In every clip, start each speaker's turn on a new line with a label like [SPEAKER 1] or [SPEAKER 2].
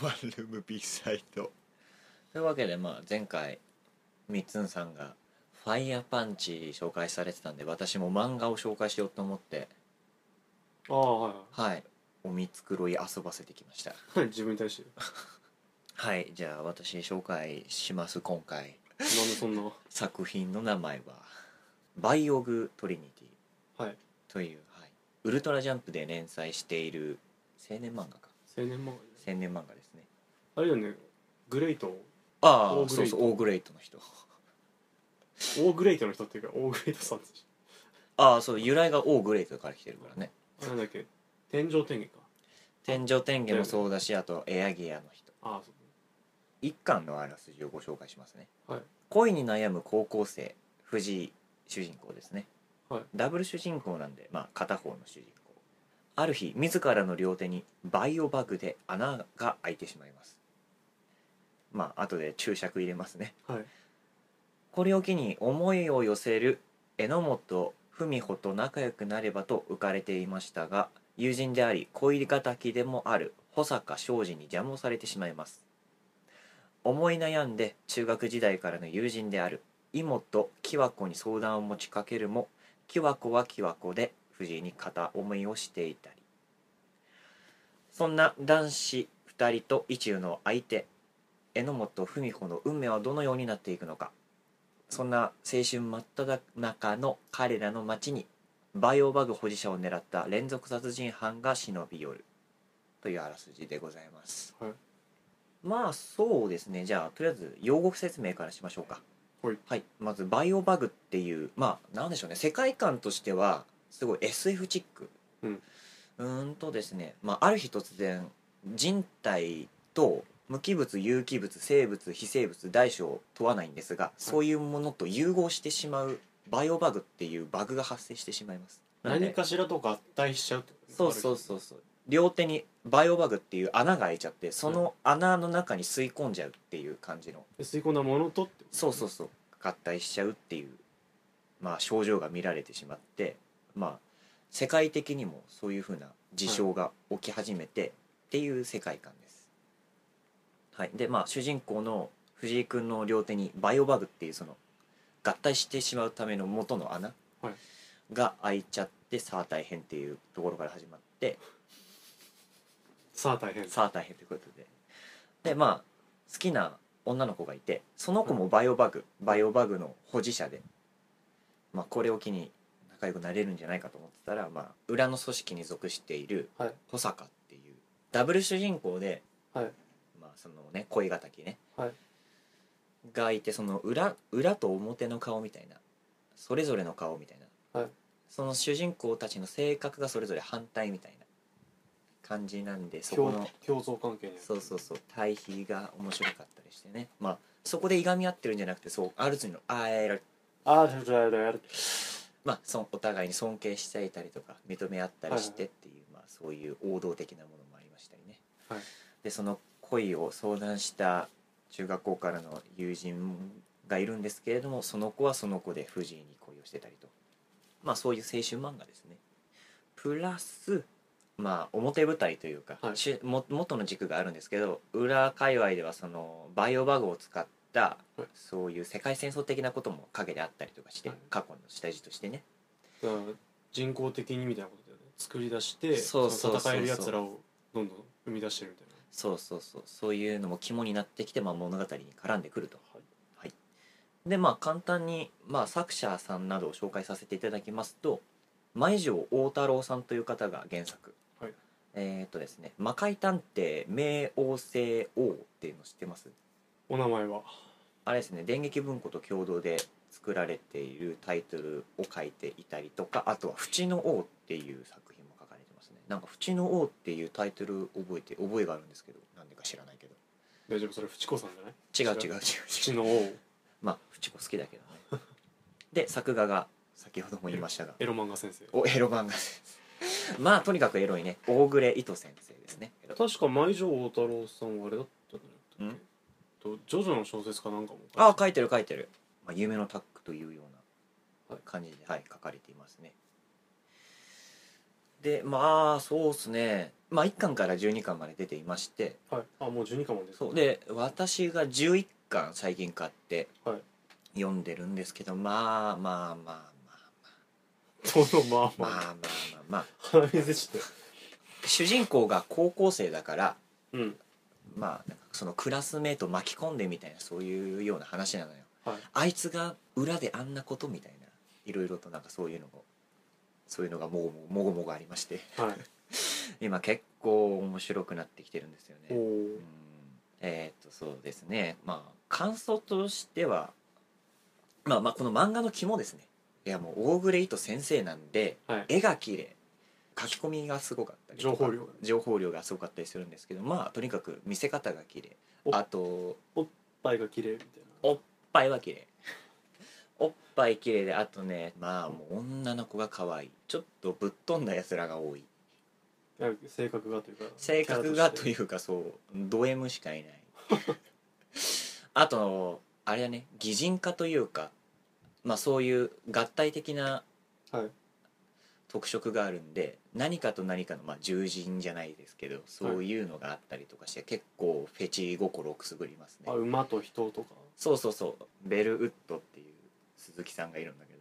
[SPEAKER 1] ワンルーム B サイド
[SPEAKER 2] というわけで、まあ、前回みっつんさんが「ファイヤーパンチ」紹介されてたんで私も漫画を紹介しようと思って
[SPEAKER 3] ああはい
[SPEAKER 2] はいおみつくろい遊ばせてきました
[SPEAKER 3] はい 自分に対して
[SPEAKER 2] はいじゃあ私紹介します今回
[SPEAKER 3] なんでそんなは
[SPEAKER 2] 作品の名前は「バイオグ・トリニティ」
[SPEAKER 3] い青
[SPEAKER 2] という、はい、ウルトラジャンプで連載している青年漫画か
[SPEAKER 3] 年漫画
[SPEAKER 2] 青年漫画ですね
[SPEAKER 3] あれだよねグレイト
[SPEAKER 2] あ
[SPEAKER 3] オ
[SPEAKER 2] あ
[SPEAKER 3] ーグ
[SPEAKER 2] そ
[SPEAKER 3] レ
[SPEAKER 2] う
[SPEAKER 3] イト
[SPEAKER 2] そうオーグレイトの人
[SPEAKER 3] オーグレイトの人っていうかオーグレイトさんって
[SPEAKER 2] ああそう由来がオーグレイトから来てるからね
[SPEAKER 3] あれなんだっけ天井天下か
[SPEAKER 2] 天井天下もそうだしあとエアギアの人
[SPEAKER 3] ああそう
[SPEAKER 2] 一巻のあらすじをご紹介しますね、
[SPEAKER 3] はい
[SPEAKER 2] 恋に悩む高校生藤井主人公ですね、
[SPEAKER 3] はい
[SPEAKER 2] ダブル主人公なんで、まあ、片方の主人公ある日自らの両手にバイオバグで穴が開いてしまいますまあ後で注釈入れますね
[SPEAKER 3] はい
[SPEAKER 2] これを機に思いを寄せる榎本文穂と仲良くなればと浮かれていましたが友人であり恋敵でもある保坂庄司に邪魔をされてしまいます思い悩んで中学時代からの友人である妹喜和子に相談を持ちかけるも喜和子は喜和子で藤井に片思いをしていたりそんな男子2人と意中の相手榎本文穂の運命はどのようになっていくのかそんな青春真っ只中の彼らの町にバイオバグ保持者を狙った連続殺人犯が忍び寄るというあらすじでございます、
[SPEAKER 3] はい
[SPEAKER 2] まあそうですねじゃあとりあえず用語説明からしましょうか
[SPEAKER 3] はい、
[SPEAKER 2] まずバイオバグっていうまあなんでしょうね世界観としてはすごい SF チック
[SPEAKER 3] うん
[SPEAKER 2] うーんとですね、まあ、ある日突然人体と無機物有機物生物非生物大小を問わないんですが、そういうものと融合してしまうバイオバグっていうバグが発生してしまいますなので
[SPEAKER 3] 何かしらと合体しちゃうってこと
[SPEAKER 2] そうそうそうそう両手にバイオバグっていう穴が開いちゃってその穴の中に吸い込んじゃうっていう感じの
[SPEAKER 3] で吸い込んだものとってこと
[SPEAKER 2] そうそうそう合体しちゃうっていう、まあ、症状が見られてしまって、まあ、世界的にもそういうふうな事象が起き始めてっていう世界観です。はい、でまあ主人公の藤井君の両手にバイオバグっていうその合体してしまうための元の穴
[SPEAKER 3] はい
[SPEAKER 2] が開いちゃってさあ大変っていうところから始まって
[SPEAKER 3] さあ大変
[SPEAKER 2] さあ大変ということででまあ好きな女の子がいてその子もバイオバグ、バイオバグの保持者で、まあ、これを機に仲良くなれるんじゃないかと思ってたら、まあ、裏の組織に属している
[SPEAKER 3] はい
[SPEAKER 2] 保坂っていうダブル主人公で、
[SPEAKER 3] はい
[SPEAKER 2] まあ、そのね恋敵ね、
[SPEAKER 3] はい
[SPEAKER 2] がいてその裏裏と表の顔みたいなそれぞれの顔みたいな、
[SPEAKER 3] はい
[SPEAKER 2] その主人公たちの性格がそれぞれ反対みたいな感じなんでそこの
[SPEAKER 3] 共共存関係にある
[SPEAKER 2] そうそうそう対比が面白かったりしてねまあそこでいがみ合ってるんじゃなくてそうあるつのあえら
[SPEAKER 3] ああちょちょやるやる
[SPEAKER 2] まあそんお互いに尊敬し合いたりとか認め合ったりしてっていう、まあ、そういう王道的なものもありましたりね、
[SPEAKER 3] はい
[SPEAKER 2] でその恋を相談した中学校からの友人がいるんですけれどもその子はその子で藤井に恋をしてたりとまあそういう青春漫画ですねプラスまあ表舞台というか、
[SPEAKER 3] はい
[SPEAKER 2] しも元の軸があるんですけど裏界隈ではそのバイオバグを使った
[SPEAKER 3] はい
[SPEAKER 2] そういう世界戦争的なことも陰であったりとかして、
[SPEAKER 3] はい
[SPEAKER 2] 過去の下地としてね
[SPEAKER 3] だから人工的にみたいなことだよね作り出して
[SPEAKER 2] そうそうそうそう
[SPEAKER 3] の戦えるやつらをどんどん生み出してるみたいな
[SPEAKER 2] そうそうそうそういうのも肝になってきて、まあ、物語に絡んでくると、
[SPEAKER 3] はい
[SPEAKER 2] でまあ簡単に、まあ、作者さんなどを紹介させていただきますと前城大太郎さんという方が原作、
[SPEAKER 3] はい
[SPEAKER 2] えーっとですね「魔界探偵冥王星王」っていうの知ってます
[SPEAKER 3] お名前は
[SPEAKER 2] あれですね電撃文庫と共同で作られているタイトルを書いていたりとかあとは「淵の王」っていう作品も書かれてますねなんか「淵の王」っていうタイトル覚えて覚えがあるんですけどなんでか知らないけど
[SPEAKER 3] 大丈夫それ淵子さんじゃな
[SPEAKER 2] 違
[SPEAKER 3] い
[SPEAKER 2] う違う違う違う
[SPEAKER 3] 淵の王
[SPEAKER 2] まあフチ子好きだけどねで作画が先ほども言いましたが
[SPEAKER 3] エロ漫画先生
[SPEAKER 2] おエロ漫画 ですまあとにかくエロいね大暮糸先生ですねエロ
[SPEAKER 3] 確か舞城大太郎さんはあれだったんじゃなかったっけとジョジョの小説かなんかも
[SPEAKER 2] ああ書いてる書いてる、まあ、夢のタッグというような
[SPEAKER 3] はい
[SPEAKER 2] 感じで、はい、書かれていますねでまあそうですねまあ1巻から12巻まで出ていまして
[SPEAKER 3] はいあもう12巻までです
[SPEAKER 2] そうで私が11巻最近買って
[SPEAKER 3] はい
[SPEAKER 2] 読んでるんですけど、まあまあま
[SPEAKER 3] そのまあ
[SPEAKER 2] あまあまあ
[SPEAKER 3] まあ
[SPEAKER 2] まあまあまあ
[SPEAKER 3] 鼻水して
[SPEAKER 2] 主人公が高校生だから
[SPEAKER 3] うん
[SPEAKER 2] まあなんかそのクラスメート巻き込んでみたいなそういうような話なのよ
[SPEAKER 3] はい
[SPEAKER 2] あいつが裏であんなことみたいないろいろとなんかそういうのもそういうのがもごもごもごもごありまして
[SPEAKER 3] はい
[SPEAKER 2] 今結構面白くなってきてるんですよ
[SPEAKER 3] お
[SPEAKER 2] ね。
[SPEAKER 3] お
[SPEAKER 2] うんえーっとそうですねまあ感想としてはまあまあこの漫画の肝ですねいやもう大暮糸先生なんで
[SPEAKER 3] はい
[SPEAKER 2] 絵が綺麗書き込みがすごかったりと
[SPEAKER 3] 情
[SPEAKER 2] か
[SPEAKER 3] 報量
[SPEAKER 2] 情報量がすごかったりするんですけどまあとにかく見せ方が綺麗
[SPEAKER 3] お
[SPEAKER 2] あと
[SPEAKER 3] 倍が綺麗みたいな
[SPEAKER 2] おっぱいは綺麗 おっぱい綺麗であとねまあもう女の子が可愛いちょっとぶっ飛んだやつらが多い
[SPEAKER 3] いや性格がというか
[SPEAKER 2] 性格がといううかそうド M しかいない あとあれだね擬人化というかまあそういう合体的な
[SPEAKER 3] はい
[SPEAKER 2] 特色があるんで何かと何かのまあ獣人じゃないですけどそういうのがあったりとかして、結構フェチ心をくすぐりますね
[SPEAKER 3] あ馬と人とか
[SPEAKER 2] そうそうそうベルウッドっていう鈴木さんがいるんだけど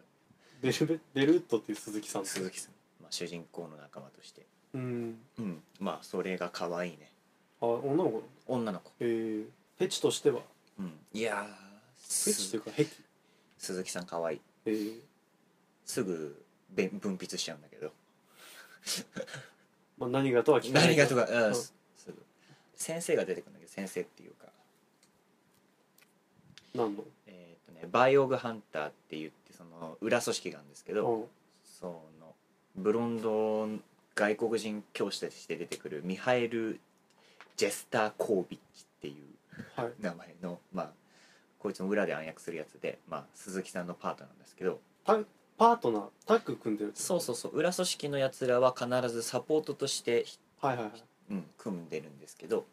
[SPEAKER 3] ベルベベルットっていう鈴木さんと
[SPEAKER 2] 鈴木さん、まあ、主人公の仲間として
[SPEAKER 3] うん
[SPEAKER 2] うんまあそれが可愛いね
[SPEAKER 3] あ女の子なんだ
[SPEAKER 2] 女の子
[SPEAKER 3] へえフェチとしては
[SPEAKER 2] うんいやー
[SPEAKER 3] フェチとい
[SPEAKER 2] す
[SPEAKER 3] うかヘキ
[SPEAKER 2] 鈴木さん可愛い
[SPEAKER 3] へえ
[SPEAKER 2] すぐべん分泌しちゃうんだけど
[SPEAKER 3] まあ何がとは聞かない
[SPEAKER 2] 何がとか、う
[SPEAKER 3] う
[SPEAKER 2] んん、すすぐ先生が出てくるんだけど先生っていうか
[SPEAKER 3] 何の
[SPEAKER 2] えーっ、とねバイオグハンターって言ってその裏組織があるんですけど、そのブロンド外国人教師として出てくるミハエル・ジェスター・コービッチっていう
[SPEAKER 3] うんはい
[SPEAKER 2] 名前のまあこいつの裏で暗躍するやつで、まあ、鈴木さんのパートなんですけど
[SPEAKER 3] タパートナータッグ組んでるってこと
[SPEAKER 2] そうそうそう裏組織のやつらは必ずサポートとして、
[SPEAKER 3] はいはいはい
[SPEAKER 2] うん、組んでるんですけど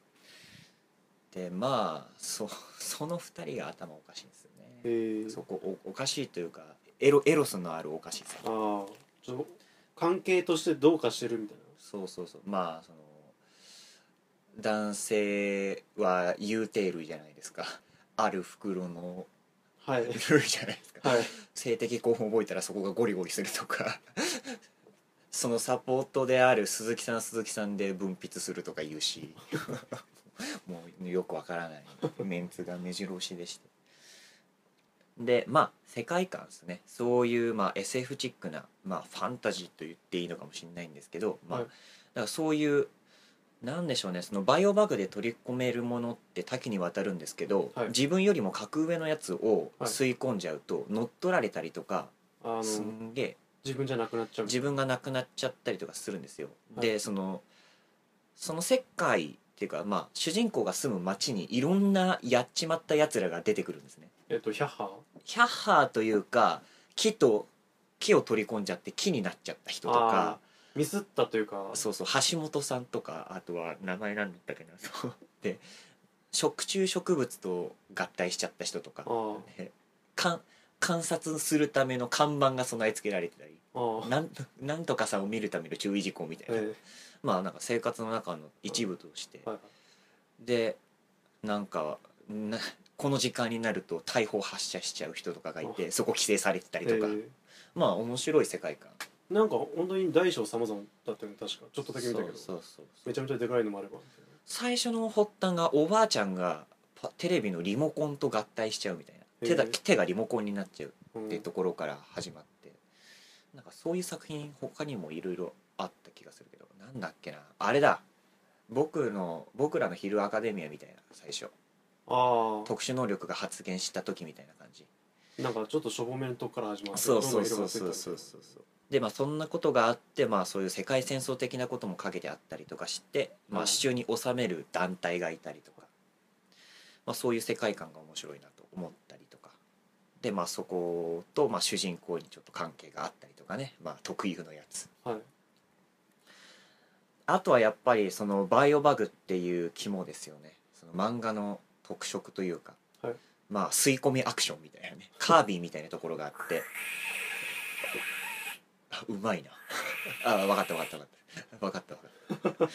[SPEAKER 2] でまあそ その2人が頭おかしいんですよね
[SPEAKER 3] へえ
[SPEAKER 2] そこおおかしいというかエロエロスのあるおかしさ
[SPEAKER 3] ああちょ関係としてどうかしてるみたい
[SPEAKER 2] そうそうそうまあその男性は有定類じゃないですかある袋の
[SPEAKER 3] なはい
[SPEAKER 2] 類じゃないですか
[SPEAKER 3] はい
[SPEAKER 2] 性的興奮を覚えたらそこがゴリゴリするとか そのサポートである鈴木さん鈴木さんで分泌するとか言うし もうよくわからないメンツが目白押しでしてでまあ世界観ですねそういう、まあ、SF チックな、まあ、ファンタジーと言っていいのかもしれないんですけど、まあ
[SPEAKER 3] はい
[SPEAKER 2] だからそういうなんでしょうねそのバイオバグで取り込めるものって多岐にわたるんですけど、
[SPEAKER 3] はい
[SPEAKER 2] 自分よりも格上のやつを
[SPEAKER 3] はい
[SPEAKER 2] 吸い込んじゃうと乗っ取られたりとか、
[SPEAKER 3] あの
[SPEAKER 2] すんげえ
[SPEAKER 3] 自分じゃなくなっちゃう
[SPEAKER 2] 自分がなくなっちゃったりとかするんですよ。
[SPEAKER 3] はい
[SPEAKER 2] でそのその世界っていうか、まあ、主人公が住む町にいろんなやっちまったやつらが出てくるんですね。
[SPEAKER 3] えっとヒャッハー
[SPEAKER 2] ヒャッハーというか木と木を取り込んじゃって木になっちゃった人とか
[SPEAKER 3] あーミスったというか
[SPEAKER 2] そうそう橋本さんとかあとは名前なんだったっけなそうで食虫植物と合体しちゃった人とか
[SPEAKER 3] あー
[SPEAKER 2] でかん観察するための看板が備え付けられてたり
[SPEAKER 3] あー
[SPEAKER 2] なんなんとかさを見るための注意事項みたいな、
[SPEAKER 3] え
[SPEAKER 2] まあなんか生活の中の一部として、
[SPEAKER 3] えはい
[SPEAKER 2] でなんかなこの時間になると大砲発射しちゃう人とかがいてそこ規制されてたりとか、
[SPEAKER 3] え
[SPEAKER 2] まあ面白い世界観
[SPEAKER 3] えなんか本当に大小様々だったよね確かちょっとだけ見たけど
[SPEAKER 2] そうそうそう
[SPEAKER 3] めちゃめちゃでかいのもあれば
[SPEAKER 2] 最初の発端がおばあちゃんがパテレビのリモコンと合体しちゃうみたいな手だ
[SPEAKER 3] へえ
[SPEAKER 2] 手がリモコンになっちゃう
[SPEAKER 3] うん
[SPEAKER 2] っていうところから始まってなんかそういう作品他にもいろいろあった気がするけどなんだっけなあれだ僕の僕らの昼アカデミアみたいな最初
[SPEAKER 3] あ
[SPEAKER 2] 特殊能力が発現した時みたいな感じ
[SPEAKER 3] あなんかちょっとしょぼめのとこから始まって
[SPEAKER 2] そうそう
[SPEAKER 3] どん
[SPEAKER 2] そ
[SPEAKER 3] ど
[SPEAKER 2] うん
[SPEAKER 3] 広
[SPEAKER 2] そう
[SPEAKER 3] がっていった
[SPEAKER 2] そうそ
[SPEAKER 3] みたいな
[SPEAKER 2] うそうでまあそんなことがあってまあそういう世界戦争的なこともかけてあったりとかして、ま
[SPEAKER 3] う
[SPEAKER 2] あ、
[SPEAKER 3] ん
[SPEAKER 2] 支柱に収める団体がいたりとか、まあ、そういう世界観が面白いなと思ったりとかでまあそこと、まあ、主人公にちょっと関係があったりとかね、まあ、特有のやつ
[SPEAKER 3] はい
[SPEAKER 2] あとはやっぱりそのバイオバグっていう肝ですよねその漫画の特色というか、
[SPEAKER 3] はい
[SPEAKER 2] まあ吸い込みアクションみたいなねカービィみたいなところがあってあうまいなあ分かった分かった分かった分かった分かった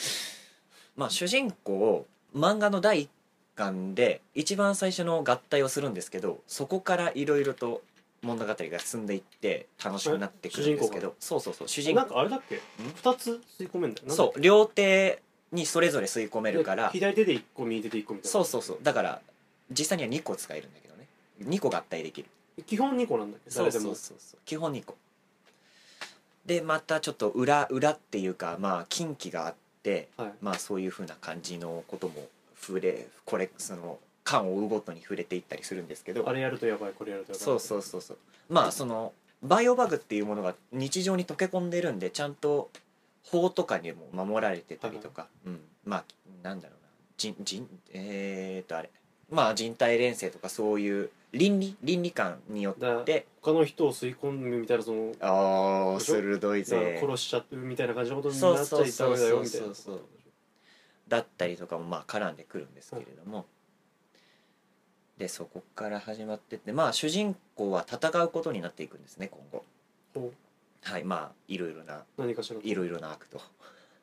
[SPEAKER 2] まあ主人公漫画の第一巻で一番最初の合体をするんですけどそこからいろいろと物語が進んでいって楽しくなってくるんですけどそうそうそう主人
[SPEAKER 3] なん
[SPEAKER 2] 公
[SPEAKER 3] かあれだっけ二つ吸い込めんだよなんだっ
[SPEAKER 2] そう両手にそれぞれ吸い込め
[SPEAKER 3] け
[SPEAKER 2] るから
[SPEAKER 3] 左手で一個右手で一個みたいな
[SPEAKER 2] そうそうそうだから実際には2個使えるんだけどね2個合体できる
[SPEAKER 3] 基本二個なんだっけ
[SPEAKER 2] そう
[SPEAKER 3] 誰
[SPEAKER 2] そ
[SPEAKER 3] で
[SPEAKER 2] う
[SPEAKER 3] も
[SPEAKER 2] そうそう基本2個でまたちょっと裏裏っていうかまあ近畿があって
[SPEAKER 3] はい
[SPEAKER 2] まあそういうふうな感じのことも触れこれその巻を追うごとに触れていったりするんですけど
[SPEAKER 3] あれやるとやばいこれやるとやばい
[SPEAKER 2] そうそうそうそうまあそのバイオバグっていうものが日常に溶け込んでるんでちゃんと法とかにも守られてたりとか、うん、まあなんだろうな人人えー、っとあれまあ人体連生とかそういう倫理倫理観によ
[SPEAKER 3] だ
[SPEAKER 2] って
[SPEAKER 3] 他の人を吸い込むみたいなそのだか
[SPEAKER 2] ああ
[SPEAKER 3] でしょ
[SPEAKER 2] 鋭い
[SPEAKER 3] ら
[SPEAKER 2] ぜ
[SPEAKER 3] 殺しちゃってるみたいな感じのことになっちゃいダメだよみたいな
[SPEAKER 2] そうそうそうそうだったりとかもまあ絡んでくるんですけれども、でそこから始まってってまあ主人公は戦うことになっていくんですね今後
[SPEAKER 3] ほ
[SPEAKER 2] はいまあいろいろな
[SPEAKER 3] う何かしらの
[SPEAKER 2] いろいろな悪と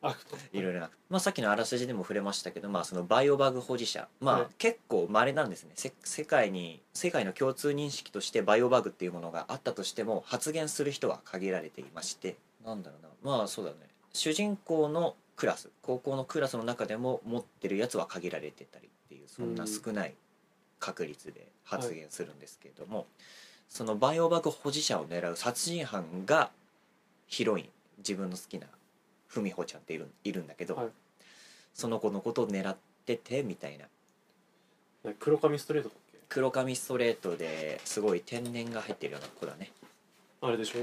[SPEAKER 3] 悪と
[SPEAKER 2] いろいろな悪まあさっきのあらすじでも触れましたけどまあそのバイオバグ保持者まあ、
[SPEAKER 3] はい
[SPEAKER 2] 結構稀なんですねせ世界に世界の共通認識としてバイオバグっていうものがあったとしても発言する人は限られていましてなんだろうなまあそうだね主人公のクラス高校のクラスの中でも持ってるやつは限られてたりっていうそんな少ない確率で発言するんですけれども、そのバイオバグ保持者を狙う殺人犯がヒロイン自分の好きな文穂ちゃんっているいるんだけど、
[SPEAKER 3] はい
[SPEAKER 2] その子のことを狙っててみたいな
[SPEAKER 3] 黒髪ストレートだっけ
[SPEAKER 2] 黒髪ストレートですごい天然が入ってるような子だね
[SPEAKER 3] あれでしょ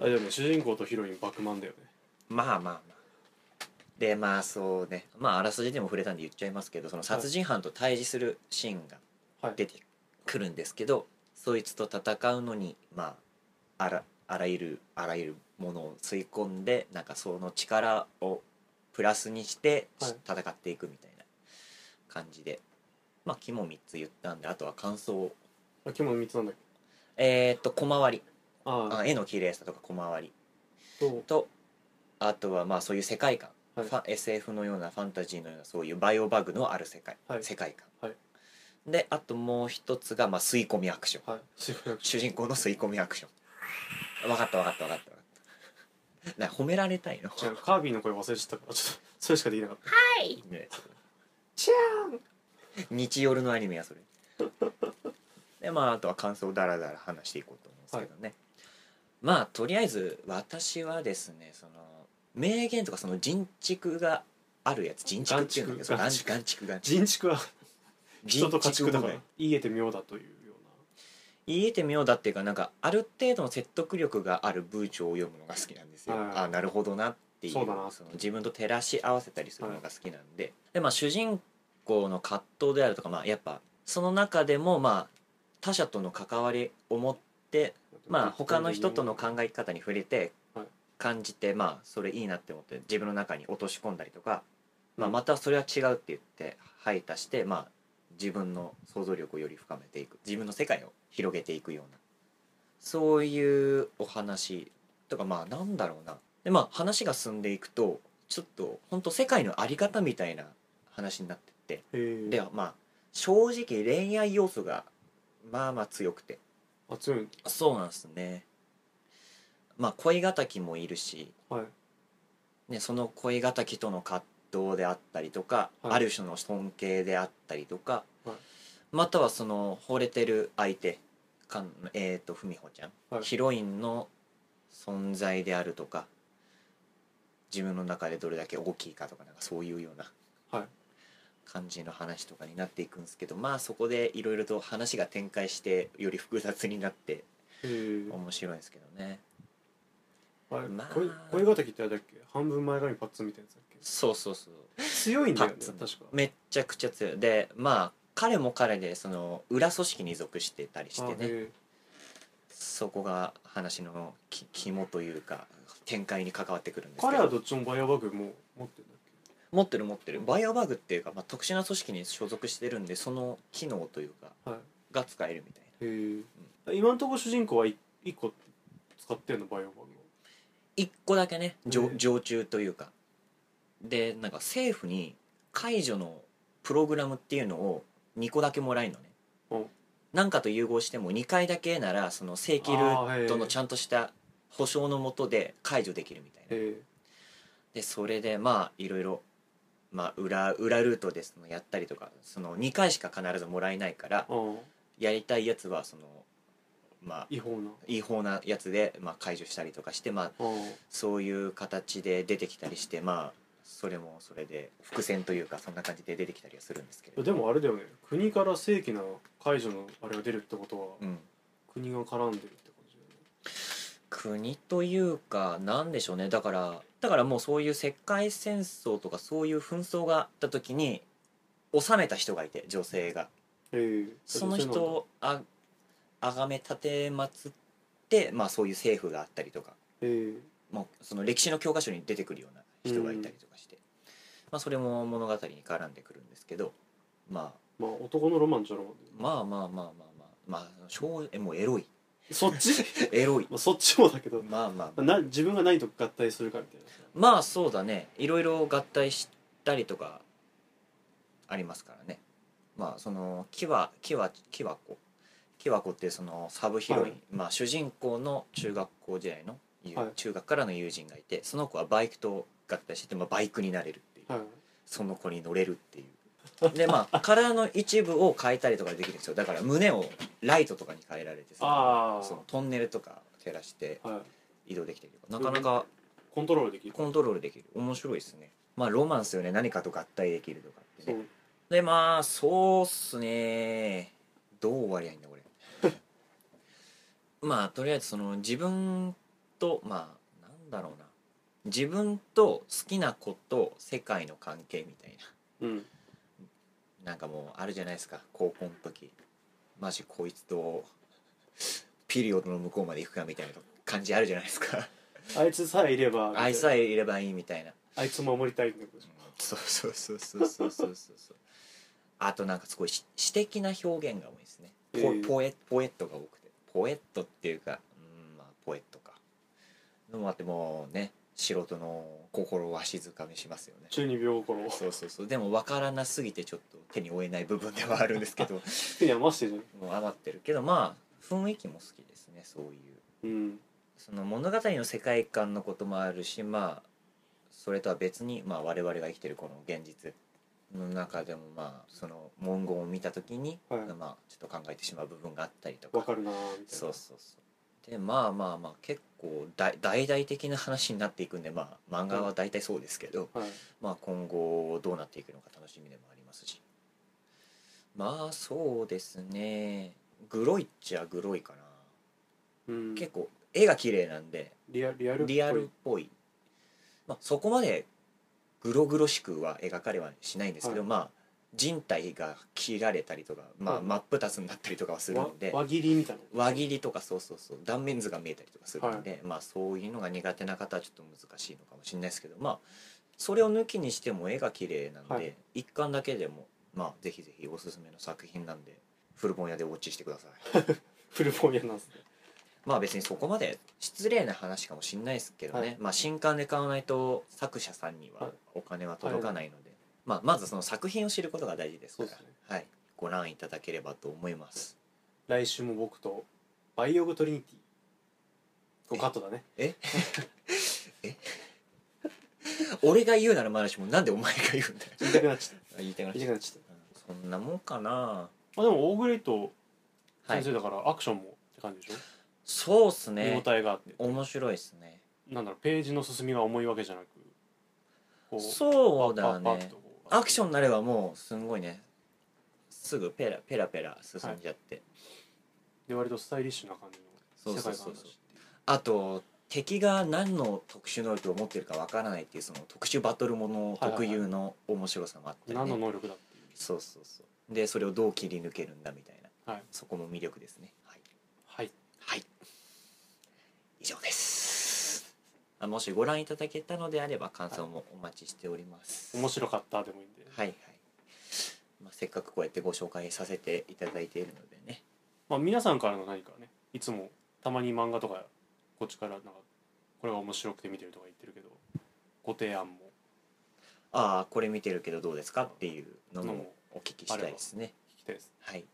[SPEAKER 3] あれだよね主人公とヒロインバックマンだよね
[SPEAKER 2] まあまあまあでまあそうねまああらすじでも触れたんで言っちゃいますけどその殺人犯と対峙するシーンが
[SPEAKER 3] はい
[SPEAKER 2] 出てくるんですけど、そいつと戦うのにまああらあらゆるあらゆるものを吸い込んでなんかその力をプラスにして
[SPEAKER 3] はい
[SPEAKER 2] 戦っていくみたいな感じで、まあ肝3つ言ったんであとは感想を
[SPEAKER 3] あ今日も3つなんだっけ
[SPEAKER 2] えーっと小回り
[SPEAKER 3] ああ
[SPEAKER 2] あ絵の綺麗さとか小回り
[SPEAKER 3] そう
[SPEAKER 2] とあとはまあそういう世界観、
[SPEAKER 3] はい
[SPEAKER 2] ファ SF のようなファンタジーのようなそういうバイオバグのある世界、
[SPEAKER 3] はい
[SPEAKER 2] 世界観、
[SPEAKER 3] はい
[SPEAKER 2] であともう一つがまあ吸い込みアクション
[SPEAKER 3] はいすいません
[SPEAKER 2] 主人公の吸い込みアクション分かった分かった分かったわかったな褒められたいの
[SPEAKER 3] じゃあカービィの声忘れちゃったからちょっとそれしかできなかった
[SPEAKER 2] ね
[SPEAKER 3] チャーン
[SPEAKER 2] 日夜のアニメやそれでまああとは感想をダラダラ話していこうと思うんですけどね、まあとりあえず私はですねその名言とかその人畜があるやつ人畜っていうんだけどそう
[SPEAKER 3] 眼
[SPEAKER 2] 眼
[SPEAKER 3] 畜
[SPEAKER 2] 畜眼畜眼畜
[SPEAKER 3] 人畜は人と
[SPEAKER 2] 人
[SPEAKER 3] 家畜
[SPEAKER 2] 畜
[SPEAKER 3] だ
[SPEAKER 2] 問
[SPEAKER 3] から
[SPEAKER 2] 題
[SPEAKER 3] 言えて妙だというよ
[SPEAKER 2] 言えてみようだっていうかなんかある程度の説得力がある文章を読むのが好きなんですよ、
[SPEAKER 3] はい
[SPEAKER 2] ああなるほどなっていう
[SPEAKER 3] そうだな
[SPEAKER 2] の自分と照らし合わせたりするのが好きなんで,、でまあ、主人公の葛藤であるとか、まあ、やっぱその中でも、まあ、他者との関わりを持って、
[SPEAKER 3] うな
[SPEAKER 2] まあ、他の人との考え方に触れて
[SPEAKER 3] はい
[SPEAKER 2] 感じて、まあ、それいいなって思って自分の中に落とし込んだりとか、まあ、
[SPEAKER 3] うん
[SPEAKER 2] またそれは違うって言って排他して、まあ、自分の想像力をより深めていく自分の世界を広げていくようなそういうお話とかまあなんだろうなでまあ話が進んでいくとちょっと本当世界の在り方みたいな話になってって
[SPEAKER 3] へー
[SPEAKER 2] でまあ正直恋愛要素がまあまあ強くて
[SPEAKER 3] あ強い
[SPEAKER 2] そうなんですねまあ恋敵もいるし、
[SPEAKER 3] はい
[SPEAKER 2] ね、その恋敵との葛藤であったりとか、
[SPEAKER 3] はい
[SPEAKER 2] ある種の尊敬であったりとか、
[SPEAKER 3] はい
[SPEAKER 2] またはその惚れてる相手かんえっ、と文穂ちゃん、
[SPEAKER 3] はい
[SPEAKER 2] ヒロインの存在であるとか自分の中でどれだけ大きいかとかなんかそういうような
[SPEAKER 3] はい
[SPEAKER 2] 感じの話とかになっていくんですけどまあそこでいろいろと話が展開してより複雑になって
[SPEAKER 3] へー
[SPEAKER 2] 面白いですけどね
[SPEAKER 3] あれ
[SPEAKER 2] まあ
[SPEAKER 3] 声声敵ってあれだっけ半分前髪パッツンみたいなやつだっけ
[SPEAKER 2] そうそうそう
[SPEAKER 3] 強いんだよね
[SPEAKER 2] パッツン
[SPEAKER 3] 確か
[SPEAKER 2] めっちゃくちゃ強いでまあ彼も彼でその裏組織に属してたりし
[SPEAKER 3] あ
[SPEAKER 2] てね
[SPEAKER 3] へ
[SPEAKER 2] そこが話のき肝というか展開に関わってくるんで
[SPEAKER 3] ー
[SPEAKER 2] すけ
[SPEAKER 3] 彼は
[SPEAKER 2] ど
[SPEAKER 3] どっちもバイオバグも持ってるんだっけ
[SPEAKER 2] 持ってる持ってるバイオバグっていうか、まあ、特殊な組織に所属してるんでその機能というか
[SPEAKER 3] はい
[SPEAKER 2] が使えるみたいな
[SPEAKER 3] へえ、今のところ主人公は 1, 個使ってんのバイオ版の
[SPEAKER 2] 一個だけね常
[SPEAKER 3] ええ
[SPEAKER 2] 常駐というかでなんか政府に解除のプログラムっていうのを2個だけもらえるのね
[SPEAKER 3] お
[SPEAKER 2] なんかと融合しても2回だけならその正規ルートのちゃんとした保証のもとで解除できるみたいな
[SPEAKER 3] え
[SPEAKER 2] でそれでまあいろいろまあ裏裏ルートでそのやったりとかその2回しか必ずもらえないから
[SPEAKER 3] えうん
[SPEAKER 2] やりたいやつはそのまあ
[SPEAKER 3] 違法な
[SPEAKER 2] 違法なやつでまあ解除したりとかしてまあ
[SPEAKER 3] うん
[SPEAKER 2] そういう形で出てきたりしてまあそれもそれで伏線というかそんな感じで出てきたりはするんですけれど、
[SPEAKER 3] でもあれだよね国から正規な解除のあれが出るってことは、
[SPEAKER 2] うん、
[SPEAKER 3] 国が絡んでるって感じだよね
[SPEAKER 2] 国というかなんでしょうねだからだからもうそういう世界戦争とかそういう紛争があった時に収めた人がいて女性が
[SPEAKER 3] ええ
[SPEAKER 2] その人をあ崇め立てまつって、まあ、そういう政府があったりとか
[SPEAKER 3] え
[SPEAKER 2] もうその歴史の教科書に出てくるような人がいたりとかして、まあ、それも物語に絡んでくるんですけどまあ
[SPEAKER 3] えまあ男のロマンじゃロマンだよね
[SPEAKER 2] まあまあまあまあまあまあ小えもうエロい
[SPEAKER 3] そっち
[SPEAKER 2] エロい
[SPEAKER 3] まあそっちもだけど
[SPEAKER 2] まあまあ
[SPEAKER 3] な自分が何と合体するかみたいなさ
[SPEAKER 2] まあそうだねいろいろ合体したりとかありますからねまあそのキワキワキワ子キワ子っていうそのサブヒロイン、
[SPEAKER 3] はい
[SPEAKER 2] まあ主人公の中学校時代の友、
[SPEAKER 3] はい
[SPEAKER 2] 中学からの友人がいてその子はバイクと合体してて、まあ、バイクになれるっていう、
[SPEAKER 3] はい
[SPEAKER 2] その子に乗れるっていうでま あ体の一部を変えたりとかできるんですよだから胸をライトとかに変えられて
[SPEAKER 3] あー
[SPEAKER 2] そのトンネルとか照らして
[SPEAKER 3] はい
[SPEAKER 2] 移動できてるとかなかなか
[SPEAKER 3] コントロールできる
[SPEAKER 2] コントロールできる面白いですねまあロマンスよね何かと合体できるとかって
[SPEAKER 3] そ
[SPEAKER 2] ね
[SPEAKER 3] う
[SPEAKER 2] でまあそうっすねどう終わりゃいいんだこれ まあとりあえずその自分とまあなんだろうな自分と好きな子と世界の関係みたいな
[SPEAKER 3] うん
[SPEAKER 2] なんかもうあるじゃないですか高校の時マジこいつとピリオドの向こうまで行くかみたいな感じあるじゃないですか
[SPEAKER 3] あいつさえいれば
[SPEAKER 2] 愛さえいればいいみたいな
[SPEAKER 3] あいつを守りたいってことでしょ
[SPEAKER 2] そうそうそうそうそうそうそうそうあとなんかすごいし詩的な表現が多いですねポ,、
[SPEAKER 3] えー
[SPEAKER 2] ポエポエットが多くてポエットっていうかうんまあポエットかでもあってもうね素人の心をわしづかみしますよね
[SPEAKER 3] 中二病心を
[SPEAKER 2] そうそうそうでも分からなすぎてちょっと手に負えない部分ではあるんですけど
[SPEAKER 3] 手に余してるじゃん
[SPEAKER 2] もう余ってるけどまあ雰囲気も好きですねそういう
[SPEAKER 3] うん
[SPEAKER 2] その物語の世界観のこともあるしまあそれとは別に、まあ、我々が生きてるこの現実の中でもまあその文言を見た時に、
[SPEAKER 3] はい
[SPEAKER 2] まあちょっと考えてしまう部分があったりとか
[SPEAKER 3] わかるなーみたいな
[SPEAKER 2] そうそうそうでまあまあまあ結構大大々的な話になっていくんでまあ漫画は大体そうですけど、
[SPEAKER 3] はい
[SPEAKER 2] まあ、今後どうなっていくのか楽しみでもありますしまあそうですねグロいっちゃグロいかな、
[SPEAKER 3] うん
[SPEAKER 2] 結構絵が綺麗なんで
[SPEAKER 3] リアリアルっぽい
[SPEAKER 2] リアルっぽい、まあ、そこまでグログロしくは描かれはしないんですけど、
[SPEAKER 3] はい
[SPEAKER 2] まあ人体が切られたりとか、ま
[SPEAKER 3] は
[SPEAKER 2] あ、
[SPEAKER 3] い
[SPEAKER 2] 真っ二つになったりとかはする
[SPEAKER 3] わ
[SPEAKER 2] んで
[SPEAKER 3] 輪切りみたいな
[SPEAKER 2] 輪切りとかそうそうそう断面図が見えたりとかするんで、まあそういうのが苦手な方はちょっと難しいのかもしれないですけどまあそれを抜きにしても絵が綺麗なので、
[SPEAKER 3] はい
[SPEAKER 2] 一巻だけでもまあぜひぜひおすすめの作品なんで古本屋でウォッチしてください
[SPEAKER 3] フルボーニャなんですね
[SPEAKER 2] まあ別にそこまで失礼な話かもしれないですけどね、
[SPEAKER 3] はい
[SPEAKER 2] まあ新刊で買わないと作者さんに
[SPEAKER 3] は
[SPEAKER 2] はいお金は届かないので、まあまずその作品を知ることが大事ですから
[SPEAKER 3] そうですね
[SPEAKER 2] はい、ご覧いただければと思います
[SPEAKER 3] 来週も僕とバイオグトリニティこれカットだね
[SPEAKER 2] 俺が言うならまだしもなんでお前が言うんだよ
[SPEAKER 3] 言いたくなっちゃっ
[SPEAKER 2] 言いたくな
[SPEAKER 3] た
[SPEAKER 2] っち
[SPEAKER 3] 言
[SPEAKER 2] ゃっ
[SPEAKER 3] いたくなっちゃった
[SPEAKER 2] たそんなもんかな
[SPEAKER 3] まあでも大グレイと
[SPEAKER 2] は
[SPEAKER 3] 先
[SPEAKER 2] い
[SPEAKER 3] 生だからアクションもって感じでし
[SPEAKER 2] そうっす
[SPEAKER 3] ょ、見
[SPEAKER 2] ね
[SPEAKER 3] 応えがあって
[SPEAKER 2] 面白いっすね
[SPEAKER 3] なんだろうページの進みが重いわけじゃなくこ
[SPEAKER 2] そうだ
[SPEAKER 3] パッパッ
[SPEAKER 2] ね
[SPEAKER 3] とこう
[SPEAKER 2] アクションになればもうすんごいねすぐペラペラペラ進んじゃって、
[SPEAKER 3] で割とスタイリッシュな感じ
[SPEAKER 2] そう
[SPEAKER 3] の
[SPEAKER 2] そ
[SPEAKER 3] 世
[SPEAKER 2] うそう
[SPEAKER 3] 界
[SPEAKER 2] そう
[SPEAKER 3] 観だしっていう
[SPEAKER 2] あと敵が何の特殊能力を持ってるかわからないっていうその特殊バトルもの特有の面白さもあったりね、
[SPEAKER 3] 何の能力だってい
[SPEAKER 2] そうそうそうでそれをどう切り抜けるんだみたいな
[SPEAKER 3] うはい
[SPEAKER 2] そこも魅力ですねはい
[SPEAKER 3] はい
[SPEAKER 2] はい。以上です。あもしご覧いただけたのであれば感想もお待ちしております。
[SPEAKER 3] 面白かったでもいいんで
[SPEAKER 2] はいはい。まあ、せっかくこうやってご紹介させていただいているのでね。
[SPEAKER 3] まあ皆さんからの何かねいつもたまに漫画とかこっちからなんかこれが面白くて見てるとか言ってるけどご提案も
[SPEAKER 2] ああこれ見てるけどどうですかっていうの
[SPEAKER 3] の
[SPEAKER 2] も
[SPEAKER 3] も
[SPEAKER 2] お聞きしたいですね
[SPEAKER 3] 聞きたいです
[SPEAKER 2] はい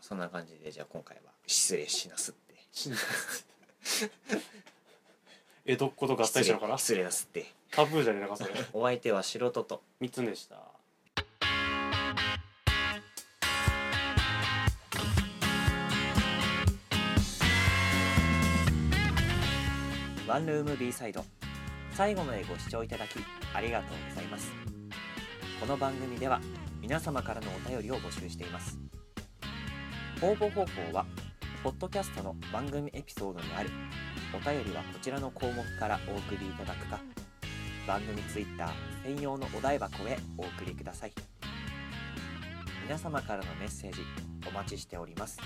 [SPEAKER 2] そんな感じでじゃあ今回は失礼しなすって
[SPEAKER 3] 信じない 江戸っ子と合体したのかな
[SPEAKER 2] 失礼なすって
[SPEAKER 3] タブーじゃねえのかそれ
[SPEAKER 2] お相手は素人と
[SPEAKER 3] 3つでした
[SPEAKER 2] ワンルーム B サイド最後までご視聴いただきありがとうございますこの番組では皆様からのお便りを募集しています応募方法はポッドキャストの番組エピソードにあるお便りはこちらの項目からお送りいただくか番組ツイッター専用のお台箱へお送りください皆様からのメッセージお待ちしております